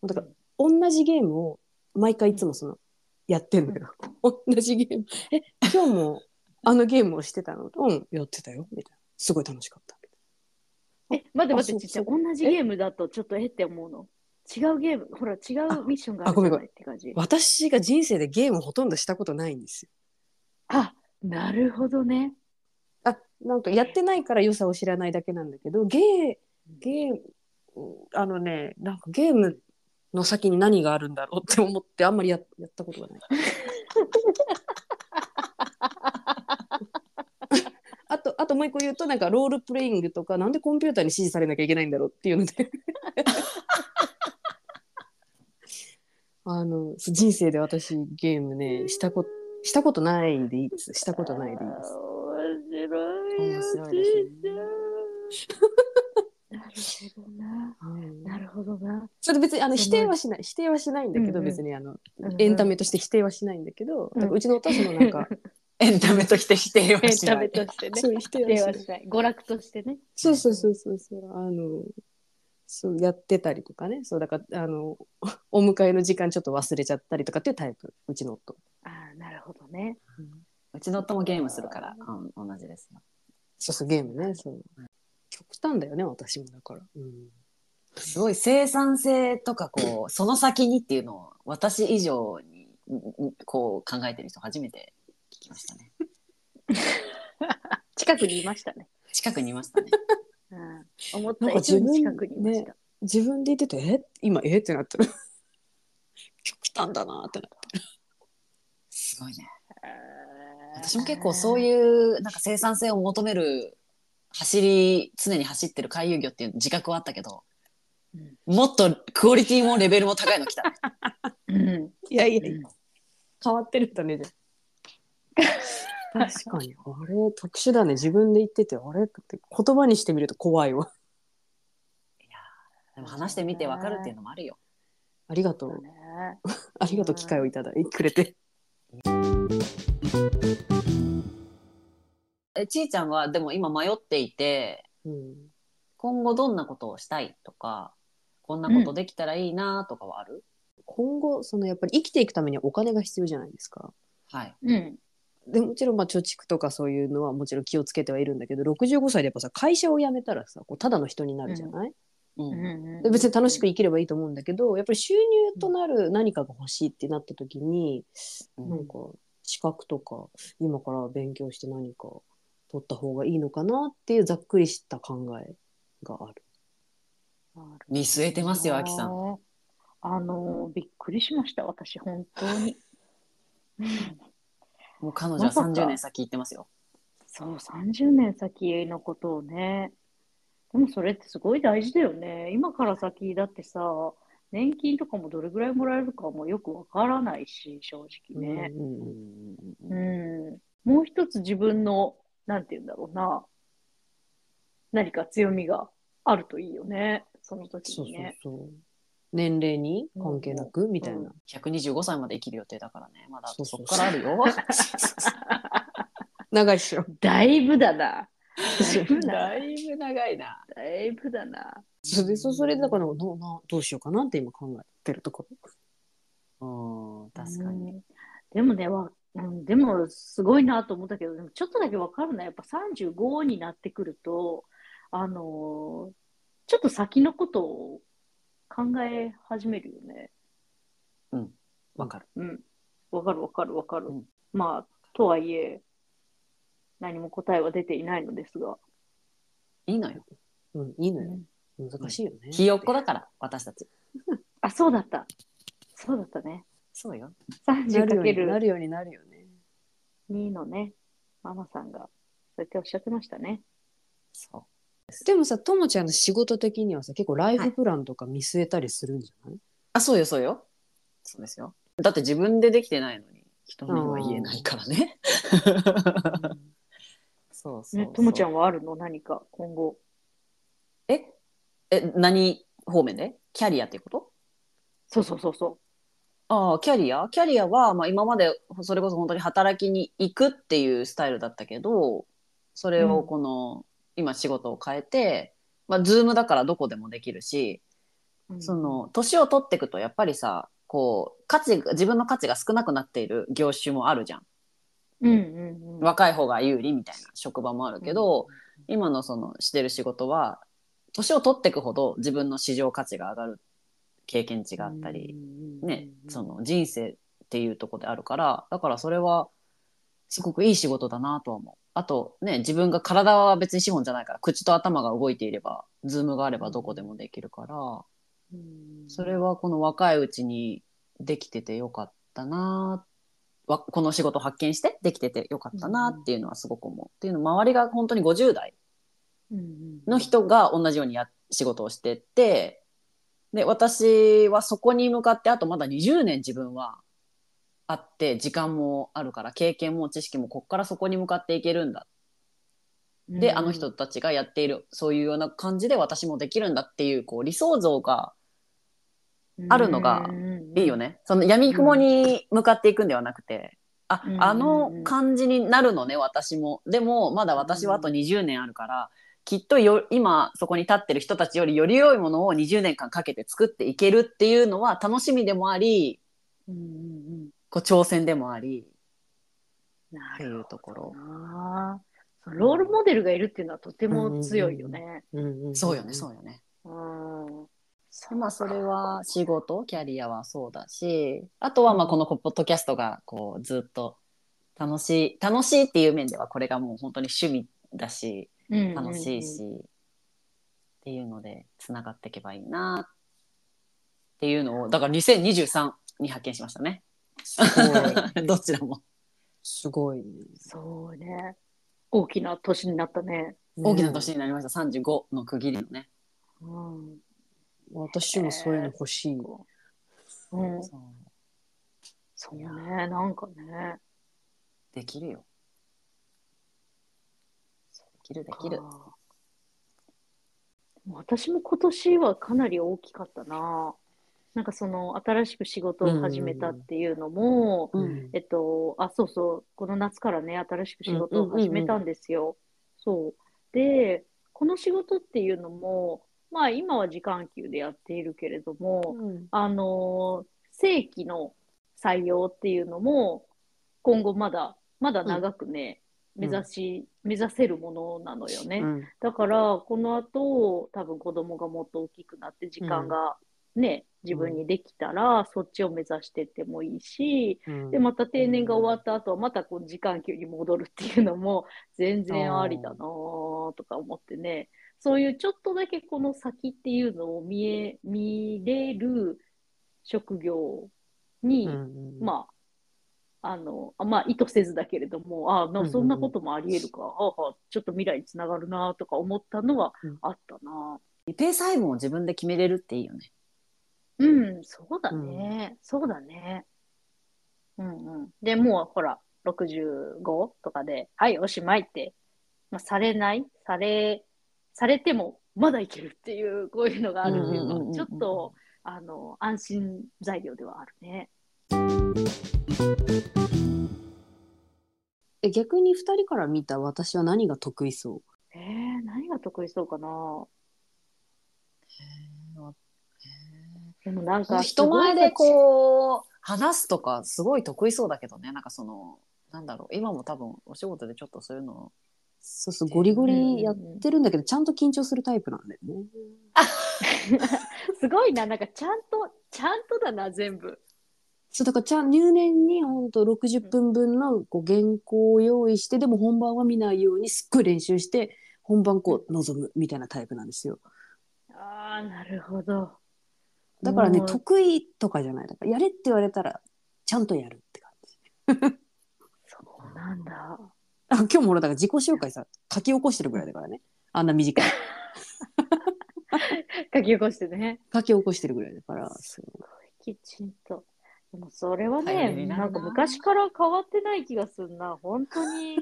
[SPEAKER 4] うだから同じゲームを毎回いつもそのやってんのよ同じゲーム「え今日もあのゲームをしてたの?」うんやってたよ」みたいな「すごい楽しかった」
[SPEAKER 2] え、待って待っ
[SPEAKER 4] あ
[SPEAKER 2] て、ちっちゃ
[SPEAKER 4] そ
[SPEAKER 2] いう同じゲームだとちょっとえって思うの。違うゲーム、ほら違うミッションがあ
[SPEAKER 4] あ
[SPEAKER 2] る
[SPEAKER 4] ご
[SPEAKER 2] じ
[SPEAKER 4] め
[SPEAKER 2] ゃな
[SPEAKER 4] んごめ
[SPEAKER 2] いって感じ。
[SPEAKER 4] 私が人生でゲームをほとんどしたことないんですよ
[SPEAKER 2] あ、なるほどね。
[SPEAKER 4] あなんかやってないから良さを知らないだけなんだけどゲーゲームあのねなんかゲームの先に何があるんだろうって思ってあんまりややったことがない。あとあともう一個言うとなんかロールプレイングとかなんでコンピューターに指示されなきゃいけないんだろうっていうのであのそう人生で私ゲームねしたことしたことないでいいですしたことないでいいです
[SPEAKER 2] 面
[SPEAKER 5] 面
[SPEAKER 2] 白
[SPEAKER 5] 白
[SPEAKER 2] い
[SPEAKER 5] いで、
[SPEAKER 2] よちいちゃん。なるほどな。なるほど
[SPEAKER 4] うん
[SPEAKER 2] な。
[SPEAKER 4] それ別にあの否定はしない否定はしないんだけ
[SPEAKER 2] うんう
[SPEAKER 4] ど
[SPEAKER 2] ん
[SPEAKER 4] 別にあの
[SPEAKER 2] うん
[SPEAKER 4] エンタメとして否定はしないんだけど
[SPEAKER 2] うん
[SPEAKER 4] なんかうちのお父さんもな んか
[SPEAKER 5] エンタメとして否定は
[SPEAKER 2] エン
[SPEAKER 5] し
[SPEAKER 2] タ
[SPEAKER 5] な
[SPEAKER 2] メ
[SPEAKER 5] い。
[SPEAKER 2] としてね。
[SPEAKER 4] そう否定
[SPEAKER 2] 否定は
[SPEAKER 4] はしな
[SPEAKER 2] いしない。娯楽としてね。
[SPEAKER 4] そうそうそうそうそうあのそうやってたりとかねそうだからあの お迎えの時間ちょっと忘れちゃったりとかっていうタイプうちの夫
[SPEAKER 2] ああ、なるほどね。
[SPEAKER 5] うちの夫もゲームするから、うん、同じです。
[SPEAKER 4] そうそうゲームねそう極端だよね私もだから、
[SPEAKER 5] すごい生産性とかこ うその先にっていうのを私以上にうんこう考えてる人初めて聞きましたね。
[SPEAKER 2] 近くにいましたね。
[SPEAKER 5] 近くにいましたね。
[SPEAKER 2] うん、思った以上に近くにいました。。
[SPEAKER 4] 自分で言っててえ今えってなってる 極端だなってなって
[SPEAKER 5] すごいね。 私も結構そういううなんか生産性を求める走り常に走ってる回遊魚っていう自覚はあったけど、
[SPEAKER 2] うん
[SPEAKER 5] もっとクオリティもレベルも高いの来 たね。
[SPEAKER 2] うん、
[SPEAKER 4] いやいや
[SPEAKER 5] うん
[SPEAKER 4] 変わってるんだねじゃあ確かにあれ特殊だね自分で言っててあれって言葉にしてみると怖いわ
[SPEAKER 5] でも話してみてわかるっていうのもあるよ。
[SPEAKER 4] ありがと
[SPEAKER 2] そううね。
[SPEAKER 4] ありがとう機会をいただいてくれて
[SPEAKER 5] えちーちゃんはでも今迷っていて
[SPEAKER 4] うん
[SPEAKER 5] 今後どんなことをしたいとかこんなことできたらいいなとかはある、
[SPEAKER 4] 今後そのやっぱり生きていくためにはお金が必要じゃないですか。
[SPEAKER 5] はい。
[SPEAKER 2] うん。
[SPEAKER 4] でもちろんまあ貯蓄とかそういうのはもちろん気をつけてはいるんだけど65歳でやっぱさ会社を辞めたらさこうただの人になるじゃない、
[SPEAKER 5] うん
[SPEAKER 2] うん
[SPEAKER 4] で別に楽しく生きればいいと思うんだけどやっぱり収入となる何かが欲しいってなった時に、
[SPEAKER 5] うん
[SPEAKER 4] なんか資格とか今から勉強して何か取った方がいいのかなっていうざっくりした考えがある。
[SPEAKER 5] 見据えてますよ、
[SPEAKER 2] あ
[SPEAKER 5] あきさん。
[SPEAKER 2] ん。あのーびっくりしました、私、本当に。
[SPEAKER 5] もう彼女は
[SPEAKER 2] まさか
[SPEAKER 5] 30年先行ってますよ。
[SPEAKER 2] そう、30年先のことをね。でもそれってすごい大事だよね。今から先だってさ、年金とかもどれぐらいもらえるかもよくわからないし、正直ね。
[SPEAKER 4] うんうんうん
[SPEAKER 2] うん。もう一つ自分の、なんて言うんだろうな、何か強みがあるといいよね。その時
[SPEAKER 4] そう
[SPEAKER 2] にね。
[SPEAKER 4] そうそう年齢に関係なくみたいな。
[SPEAKER 2] うんうん
[SPEAKER 5] 125歳まで生きる予定だからね。まだ
[SPEAKER 4] そうそ
[SPEAKER 5] そうっからある よ。
[SPEAKER 4] 長いっしょ。
[SPEAKER 2] だいぶだ な。だいぶだ
[SPEAKER 5] だいぶ長いな。
[SPEAKER 2] だいぶだな。
[SPEAKER 4] それそそれでだからななどうしようかなって今考えてるところ。
[SPEAKER 5] うん、確かに。
[SPEAKER 2] うんでもね、わうん、でもすごいなと思ったけど、でもちょっとだけわかるな、やっぱ35になってくると、あのーちょっと先のことを考え始めるよね。
[SPEAKER 5] わかる。
[SPEAKER 2] うん。わかるわかるわかる。
[SPEAKER 5] うん
[SPEAKER 2] まあ、とはいえ、何も答えは出ていないのですが。
[SPEAKER 5] いいのよ。
[SPEAKER 4] うん、いいのよ。難しいよね。
[SPEAKER 5] ひよっこだから、私たち。
[SPEAKER 2] あ、そうだった。そうだったね。
[SPEAKER 5] そうよ。
[SPEAKER 4] なるように
[SPEAKER 2] 30×2
[SPEAKER 4] なるようになるよね。
[SPEAKER 2] のね、ママさんが、そうやっておっしゃってました ね。
[SPEAKER 5] そう。
[SPEAKER 4] でもさ、ともちゃんの仕事的にはさ、結構ライフプランとか見据えたりするんじゃない、
[SPEAKER 5] あ、そうよ、そうよ。そうですよ。だって自分でできてないのに、人には言えないからね。 そうそう
[SPEAKER 2] ね
[SPEAKER 5] そう。
[SPEAKER 2] ともちゃんはあるの何か今後。
[SPEAKER 5] ええ、何方面でキャリアっていうこと
[SPEAKER 2] そうそうそうそ
[SPEAKER 5] ああ、キャリアキャリアは、まあ、今までそれこそ本当に働きに行くっていうスタイルだったけど、それをこの、今仕事を変えて、まあ、ズームだからどこでもできるし、
[SPEAKER 2] う。うん
[SPEAKER 5] そ、の、年を取っていくとやっぱりさ、こう、価値が、自分の価値が少なくなっている業種もあるじゃん。
[SPEAKER 2] うんうんうん。
[SPEAKER 5] 若い方が有利みたいな職場もあるけど、今のそのしてる仕事は、年を取っていくほど自分の市場価値が上がる経験値があったり、ね、その人生っていうところであるから、だからそれはすごくいい仕事だなとは思う。あとね、自分が体は別に資本じゃないから、口と頭が動いていれば、ズームがあればどこでもできるから、
[SPEAKER 2] うん
[SPEAKER 5] それはこの若いうちにできててよかったなわこの仕事発見してできててよかったなっていうのはすごく思う。っていうの周りが本当に50代
[SPEAKER 2] うん
[SPEAKER 5] の人が同じようにや仕事をしてってで私はそこに向かってあとまだ20年自分はあって時間もあるから経験も知識もこっからそこに向かっていけるんだ
[SPEAKER 2] うん
[SPEAKER 5] で、あの人たちがやっているそういうような感じで私もできるんだっていうこう理想像があるのがいいよ
[SPEAKER 2] ね。
[SPEAKER 5] ねその闇雲に向かっていくんではなくて。あ
[SPEAKER 2] うん
[SPEAKER 5] あの感じになるのね私もでもまだ私はあと20年あるからきっとよ今そこに立ってる人たちよりより良いものを20年間かけて作っていけるっていうのは楽しみでもあり
[SPEAKER 2] うんうんうん
[SPEAKER 5] こう挑戦でもあり
[SPEAKER 2] な
[SPEAKER 5] って
[SPEAKER 2] る
[SPEAKER 5] いうところ
[SPEAKER 2] ほどな。そうロールモデルがいるっていうのはとても強いよね。
[SPEAKER 5] そうよねそうよね
[SPEAKER 2] うん
[SPEAKER 5] まあそれは仕事キャリアはそうだしあとはまあこのポッドキャストがこうずっと楽しい楽しいっていう面ではこれがもう本当に趣味だし楽しいし、。っていうのでつながっていけばいいなっていうのをだから2023に発見しましたね どちらも
[SPEAKER 4] すごいね。
[SPEAKER 2] そうね。大きな年になったね。
[SPEAKER 5] 大きな年になりました35の区切りのね、
[SPEAKER 2] うん。
[SPEAKER 4] 私もそういうの欲しいわ。
[SPEAKER 2] うん、
[SPEAKER 5] そう
[SPEAKER 2] そうね。なんかね。
[SPEAKER 5] できるよできるできる
[SPEAKER 2] あー。私も今年はかなり大きかったな。なんかその新しく仕事を始めたっていうのも、
[SPEAKER 5] うん
[SPEAKER 2] えっと、あ、そうそう、この夏からね、新しく仕事を始めたんですよ。そう。で、この仕事っていうのも、まあ今は時間給でやっているけれども、あのー正規の採用っていうのも今後まだまだ長くね、
[SPEAKER 4] うん
[SPEAKER 2] 目指し、目指せるものなのよね、
[SPEAKER 4] うん
[SPEAKER 2] だからこの後多分子供がもっと大きくなって時間がね、自分にできたらそっちを目指してってもいいし、
[SPEAKER 4] うん
[SPEAKER 2] でまた定年が終わった後はまたこう時間給に戻るっていうのも全然ありだなぁとか思ってねそういうちょっとだけこの先っていうのを見え見れる職業に、
[SPEAKER 4] うん
[SPEAKER 2] まああのあまあ意図せずだけれどもああま
[SPEAKER 4] う
[SPEAKER 2] あ
[SPEAKER 4] んうんうん
[SPEAKER 2] そんなこともありえるか、はあはあちょっと未来につながるなぁとか思ったのは
[SPEAKER 4] うん
[SPEAKER 2] あったな
[SPEAKER 5] リペイ細胞を自分で決めれるっていいよね
[SPEAKER 2] うん、そうだね、そうだねうんうんでもうほら65とかではいおしまいって、まあ、されないされされてもまだいけるっていうこういうのがあるってい
[SPEAKER 5] う
[SPEAKER 2] うの
[SPEAKER 5] んうんうんうん
[SPEAKER 2] はちょっとあの安心材料ではあるね
[SPEAKER 4] え逆に二人から見た私は何が得意そう
[SPEAKER 2] えー、何が得意そうかなでもなんか
[SPEAKER 5] 人前でこう話すとかすごい得意そうだけどねなんかそのなんだろう今も多分お仕事でちょっとそういうの
[SPEAKER 4] そうそうゴリゴリやってるんだけどちゃんと緊張するタイプなんだよね。
[SPEAKER 2] すごいな、なんかちゃんと、ちゃんとだな、全部。
[SPEAKER 4] そうだからちゃん入念に本当60分分のこう原稿を用意してでも本番は見ないようにすっごい練習して本番こう臨むみたいなタイプなんですよ
[SPEAKER 2] ああ、なるほど。
[SPEAKER 4] だからね
[SPEAKER 2] うん
[SPEAKER 4] 得意とかじゃないだからやれって言われたらちゃんとやるって感じ
[SPEAKER 2] そうなんだ。
[SPEAKER 4] あ今日も俺だから自己紹介さ書き起こしてるぐらいだからねあんな短い
[SPEAKER 2] 書き起こしてね。
[SPEAKER 4] 書き起こしてるぐらいだからそう
[SPEAKER 2] きちんと。でもそれは
[SPEAKER 5] 頼り
[SPEAKER 2] ね、
[SPEAKER 5] になるな
[SPEAKER 2] なんか昔から変わってない気がするな。本当 に、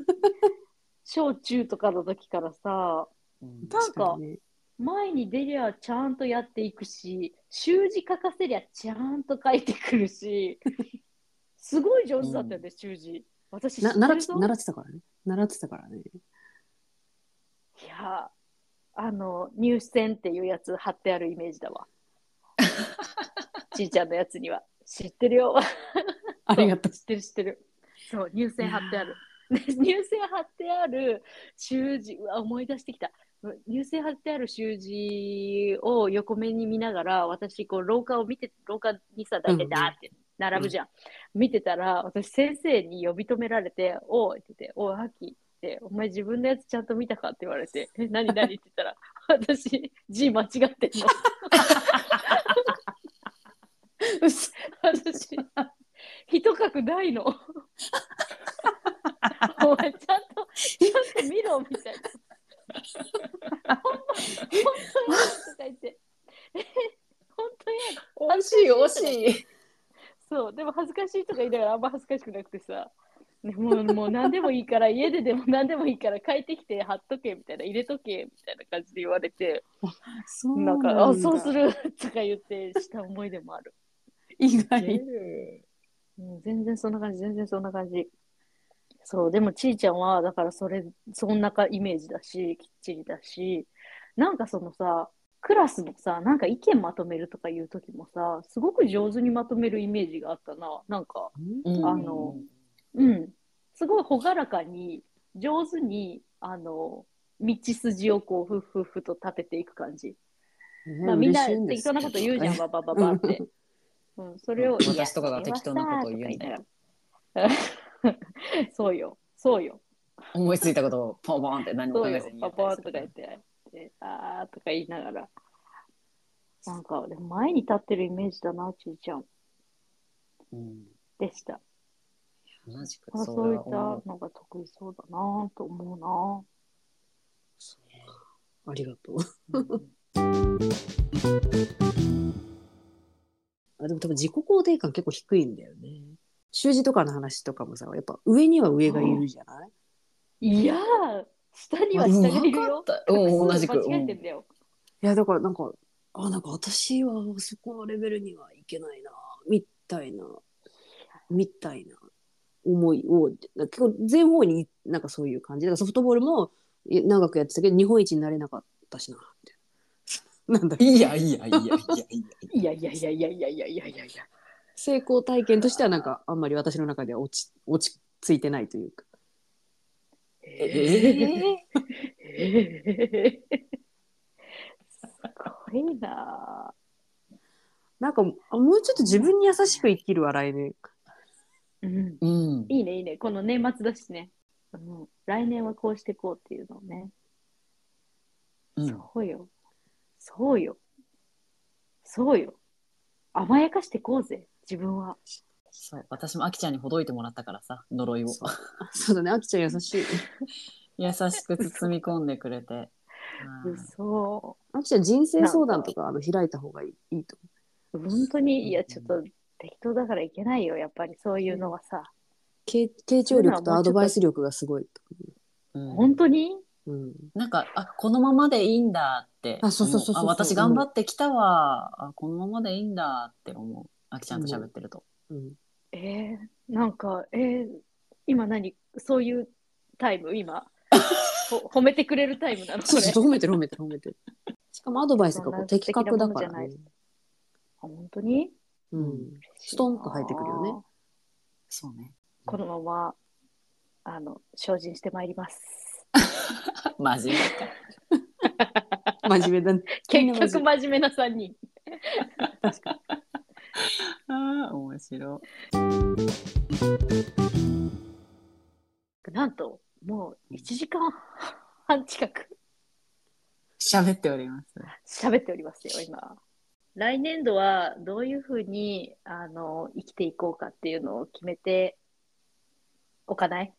[SPEAKER 2] 小中とかの時からさ、
[SPEAKER 5] うん
[SPEAKER 2] なんか
[SPEAKER 4] 確にね
[SPEAKER 2] 前に出りゃちゃんとやっていくし、習字書かせりゃちゃんと書いてくる し、すごい上手だったよね、習字。私知っ
[SPEAKER 4] な
[SPEAKER 2] てる
[SPEAKER 4] 習って
[SPEAKER 2] ぞ
[SPEAKER 4] 習ってたからね習ってたからね
[SPEAKER 2] いやーあの入選っていうやつ貼ってあるイメージだわちいちゃんのやつには知ってるよ
[SPEAKER 4] ありがとう
[SPEAKER 2] 知ってる知ってるそう入選貼ってあるで入選貼ってある習字うわ思い出してきた入選貼ってある習字を横目に見ながら私こう廊下を見て廊下にさ大体ダーって並ぶじゃん、見てたら私先生に呼び止められて「おい」って言って「おい秋」って「お前自分のやつちゃんと見たか?」って言われて「え何何?」って言ったら「私字間違 ってんの」私一角ないの。お前ちゃんと、ちゃんと見ろみたいな。ほんま、本当やとか言って。え、本当や。
[SPEAKER 5] 惜しい惜しい。
[SPEAKER 2] そう、でも恥ずかしいとか言いながらあんま恥ずかしくなくてさ。ねもう、もう何でもいいから、家ででも何でもいいから帰ってきて貼っとけみたいな、入れとけみたいな感じで言われて、
[SPEAKER 4] そう
[SPEAKER 2] なんか、
[SPEAKER 4] だ
[SPEAKER 2] あ、そうするとか言ってした思い出もある。
[SPEAKER 4] 意外。
[SPEAKER 2] うん、全然そんな感じ、全然そんな感じ。そう、でもちーちゃんは、だからそれ、そんなかイメージだし、きっちりだし、なんかそのさ、クラスのさ、なんか意見まとめるとかいう時もさ、すごく上手にまとめるイメージがあったな。なんか、
[SPEAKER 5] うん
[SPEAKER 2] あの、うん。すごい朗らかに、上手に、あの、道筋をこう、ふっふっふと立てていく感じ。まあ、みんな適当なこと言うじゃん、ババババって。うん、それを、
[SPEAKER 5] 私
[SPEAKER 2] いや
[SPEAKER 5] とかが適当なことを言うんだよ。
[SPEAKER 2] 言いましたとか言いながら そうよ、そうよ、
[SPEAKER 5] 思いついたことをポンポンって何も
[SPEAKER 2] そ
[SPEAKER 5] 考
[SPEAKER 2] う
[SPEAKER 5] え
[SPEAKER 2] よ
[SPEAKER 5] ずに、や
[SPEAKER 2] パ
[SPEAKER 5] ったり
[SPEAKER 2] パー
[SPEAKER 5] す
[SPEAKER 2] と
[SPEAKER 5] る
[SPEAKER 2] か言って、であーとか言いながら。なんか、でも前に立ってるイメージだな、ちいちゃん。
[SPEAKER 5] うん
[SPEAKER 2] でした。
[SPEAKER 5] 同じく
[SPEAKER 2] あ
[SPEAKER 5] そ
[SPEAKER 2] そう
[SPEAKER 5] れ
[SPEAKER 2] いっ
[SPEAKER 5] は
[SPEAKER 2] た
[SPEAKER 5] 思う
[SPEAKER 2] のが得意そうだなと思うな。
[SPEAKER 4] ありがとう。あでも多分自己肯定感結構低いんだよね。習字とかの話とかもさ、やっぱ上には上がいるじゃない、
[SPEAKER 2] いやー、下には下がいるよ。
[SPEAKER 5] うん、同じく。
[SPEAKER 2] 隠すの間違えてんだよ。
[SPEAKER 4] いやだからなんか、あ、なんか私はそこのレベルにはいけないな、みたいな、みたいな思いを、なんか結構全方位になんかそういう感じ。だからソフトボールもえ長くやってたけど、日本一になれなかったしな、みたいな。 なんだ
[SPEAKER 5] うんいやいやいやいやいや。
[SPEAKER 2] いやいやいやいやいやいやいやいやいや。
[SPEAKER 4] 成功体験としてはなんかあんまり私の中では落ち落ち着いてないというか
[SPEAKER 5] え
[SPEAKER 2] えー すごいな
[SPEAKER 4] なんかあもうちょっと自分に優しく生きる笑いね
[SPEAKER 2] ぁ、うん。
[SPEAKER 5] うん。
[SPEAKER 2] いいね、いいね。この年末だしね。うん、来年はこうしてこうっていうのをね。
[SPEAKER 5] うん
[SPEAKER 2] そうよ。そうよ。そうよ。甘やかしてこうぜ、自分は。
[SPEAKER 5] そう私もあきちゃんにほどいてもらったからさ呪いを
[SPEAKER 4] そうだねあきちゃん優しい
[SPEAKER 5] 優しく包み込んでくれて
[SPEAKER 2] 嘘。
[SPEAKER 4] あきちゃん人生相談とかあの開いた方がいいいいと
[SPEAKER 2] 本当に、いや、ちょっと適当だからいけないよ、やっぱりそういうのはさ。
[SPEAKER 4] 傾傾聴力とアドバイス力がすごいと
[SPEAKER 5] うんうん
[SPEAKER 2] 本当に
[SPEAKER 4] うん、
[SPEAKER 5] なんかあこのままでいいんだって
[SPEAKER 4] あそうそうそうそう
[SPEAKER 5] 思あ私頑張ってきたわあこのままでいいんだって思うあきちゃんと喋ってると、
[SPEAKER 4] うん、
[SPEAKER 2] えー、なんか、えー、今何そういうタイム 今ほ褒めてくれるタイム なの
[SPEAKER 4] そう
[SPEAKER 2] これ
[SPEAKER 4] そう褒めてる褒めてる褒めてるしかもアドバイスが
[SPEAKER 2] そん
[SPEAKER 4] こう
[SPEAKER 2] な
[SPEAKER 4] 的確だか
[SPEAKER 2] 素
[SPEAKER 4] ら
[SPEAKER 2] 敵なもの
[SPEAKER 4] ね
[SPEAKER 2] じゃあ本当に
[SPEAKER 4] うんストンと入ってくるよね
[SPEAKER 5] そうね
[SPEAKER 2] このままあの精進してまいります
[SPEAKER 5] 真面目か
[SPEAKER 4] 真面目だね
[SPEAKER 2] 結局真面目な3人
[SPEAKER 5] あー面白
[SPEAKER 2] なんともう1時間半近く
[SPEAKER 5] い喋っております
[SPEAKER 2] 喋っておりますよ今来年度はどういうふうにあの生きていこうかっていうのを決めておかない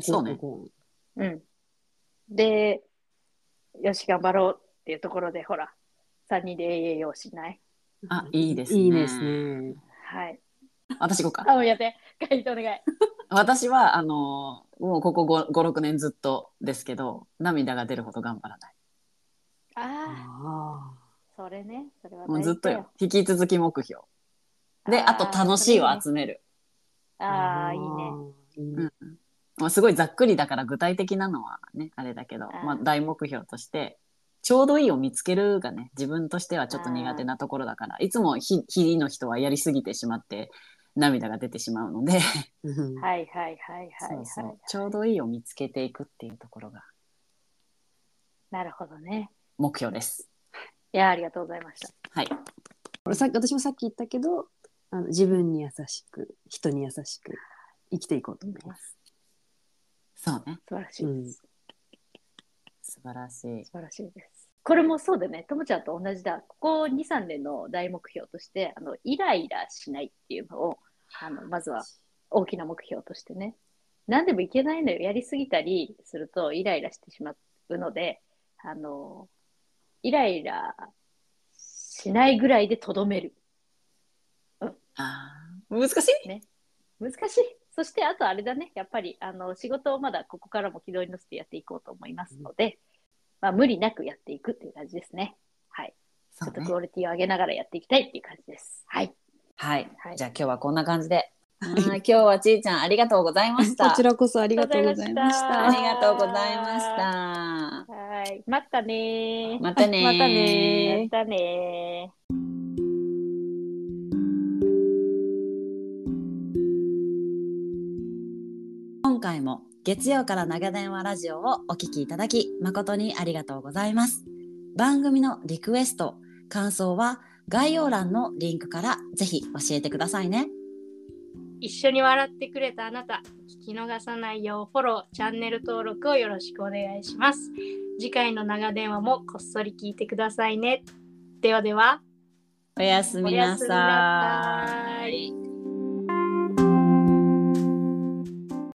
[SPEAKER 5] そうね
[SPEAKER 4] こう
[SPEAKER 2] うん。で、よし、頑張ろうっていうところで、ほら、3人で栄養しない。
[SPEAKER 5] あいいですね
[SPEAKER 4] いいですね
[SPEAKER 2] はい。
[SPEAKER 5] 私行こうか
[SPEAKER 2] あ、もうやって。ガイドお願い。
[SPEAKER 5] 私はあのーもうここ56年ずっとですけど涙が出るほど頑張らない
[SPEAKER 2] ああ、
[SPEAKER 4] あ
[SPEAKER 2] それね。それは
[SPEAKER 5] もう
[SPEAKER 2] 大事だ
[SPEAKER 5] ずっとよ。引き続き目標であと楽しいを集める
[SPEAKER 4] あ
[SPEAKER 2] ああ、いいね。
[SPEAKER 4] いいね
[SPEAKER 5] うんまあ、すごいざっくりだから具体的なのはねあれだけど
[SPEAKER 2] ー
[SPEAKER 5] まあ、大目標としてちょうどいいを見つけるがね自分としてはちょっと苦手なところだからいつも日日の人はやりすぎてしまって涙が出てしまうので
[SPEAKER 4] うん
[SPEAKER 2] はいはいはいはい
[SPEAKER 5] そ
[SPEAKER 2] は
[SPEAKER 5] う
[SPEAKER 2] い。
[SPEAKER 5] そうちょうどいいを見つけていくっていうところが
[SPEAKER 2] なるほどね。
[SPEAKER 5] 目標です。
[SPEAKER 2] いや、ありがとうございました。
[SPEAKER 5] はい、
[SPEAKER 4] 俺さ私もさっき言ったけどあの自分に優しく人に優しく生きていこうと思います。
[SPEAKER 5] そうね
[SPEAKER 2] 素晴らしいです。
[SPEAKER 5] 素晴らしい
[SPEAKER 2] 素晴らしいです。これもそうだね。ともちゃんと同じだ。ここ2、3年の大目標として、あの、イライラしないっていうのを、あの、まずは大きな目標としてね。何でもいけないのよ。やりすぎたりするとイライラしてしまうので、あの、イライラしないぐらいでとどめる。
[SPEAKER 1] あー難しい
[SPEAKER 2] 難しい。そして、あとあれだね。やっぱり、あの、仕事をまだここからも軌道に乗せてやっていこうと思いますので、まあ、無理なくやっていくっていう感じですね。はい。ち
[SPEAKER 1] そ
[SPEAKER 2] ょっ
[SPEAKER 1] う
[SPEAKER 2] と
[SPEAKER 1] ね
[SPEAKER 2] クオリティを上げながらやっていきたいっていう感じです。はい。
[SPEAKER 1] はい、
[SPEAKER 2] はい
[SPEAKER 1] じゃあ今日はこんな感じであー今日はちいちゃんありがとうございました
[SPEAKER 4] こちらこそありがとうございまし
[SPEAKER 2] あ
[SPEAKER 1] あ
[SPEAKER 4] た
[SPEAKER 1] り。がとうございました
[SPEAKER 2] はい。またねー。
[SPEAKER 1] またねー
[SPEAKER 4] またねー
[SPEAKER 2] またねー。
[SPEAKER 1] 今回も月曜から長電話ラジオをお聞きいただき誠にありがとうございます番組のリクエスト感想は概要欄のリンクからぜひ教えてくださいね
[SPEAKER 3] 一緒に笑ってくれたあなた、聞き逃さないようフォロー、チャンネル登録をよろしくお願いします。次回の長電話もこっそり聞いてくださいね。ではでは、
[SPEAKER 1] おやすみなさ
[SPEAKER 3] い。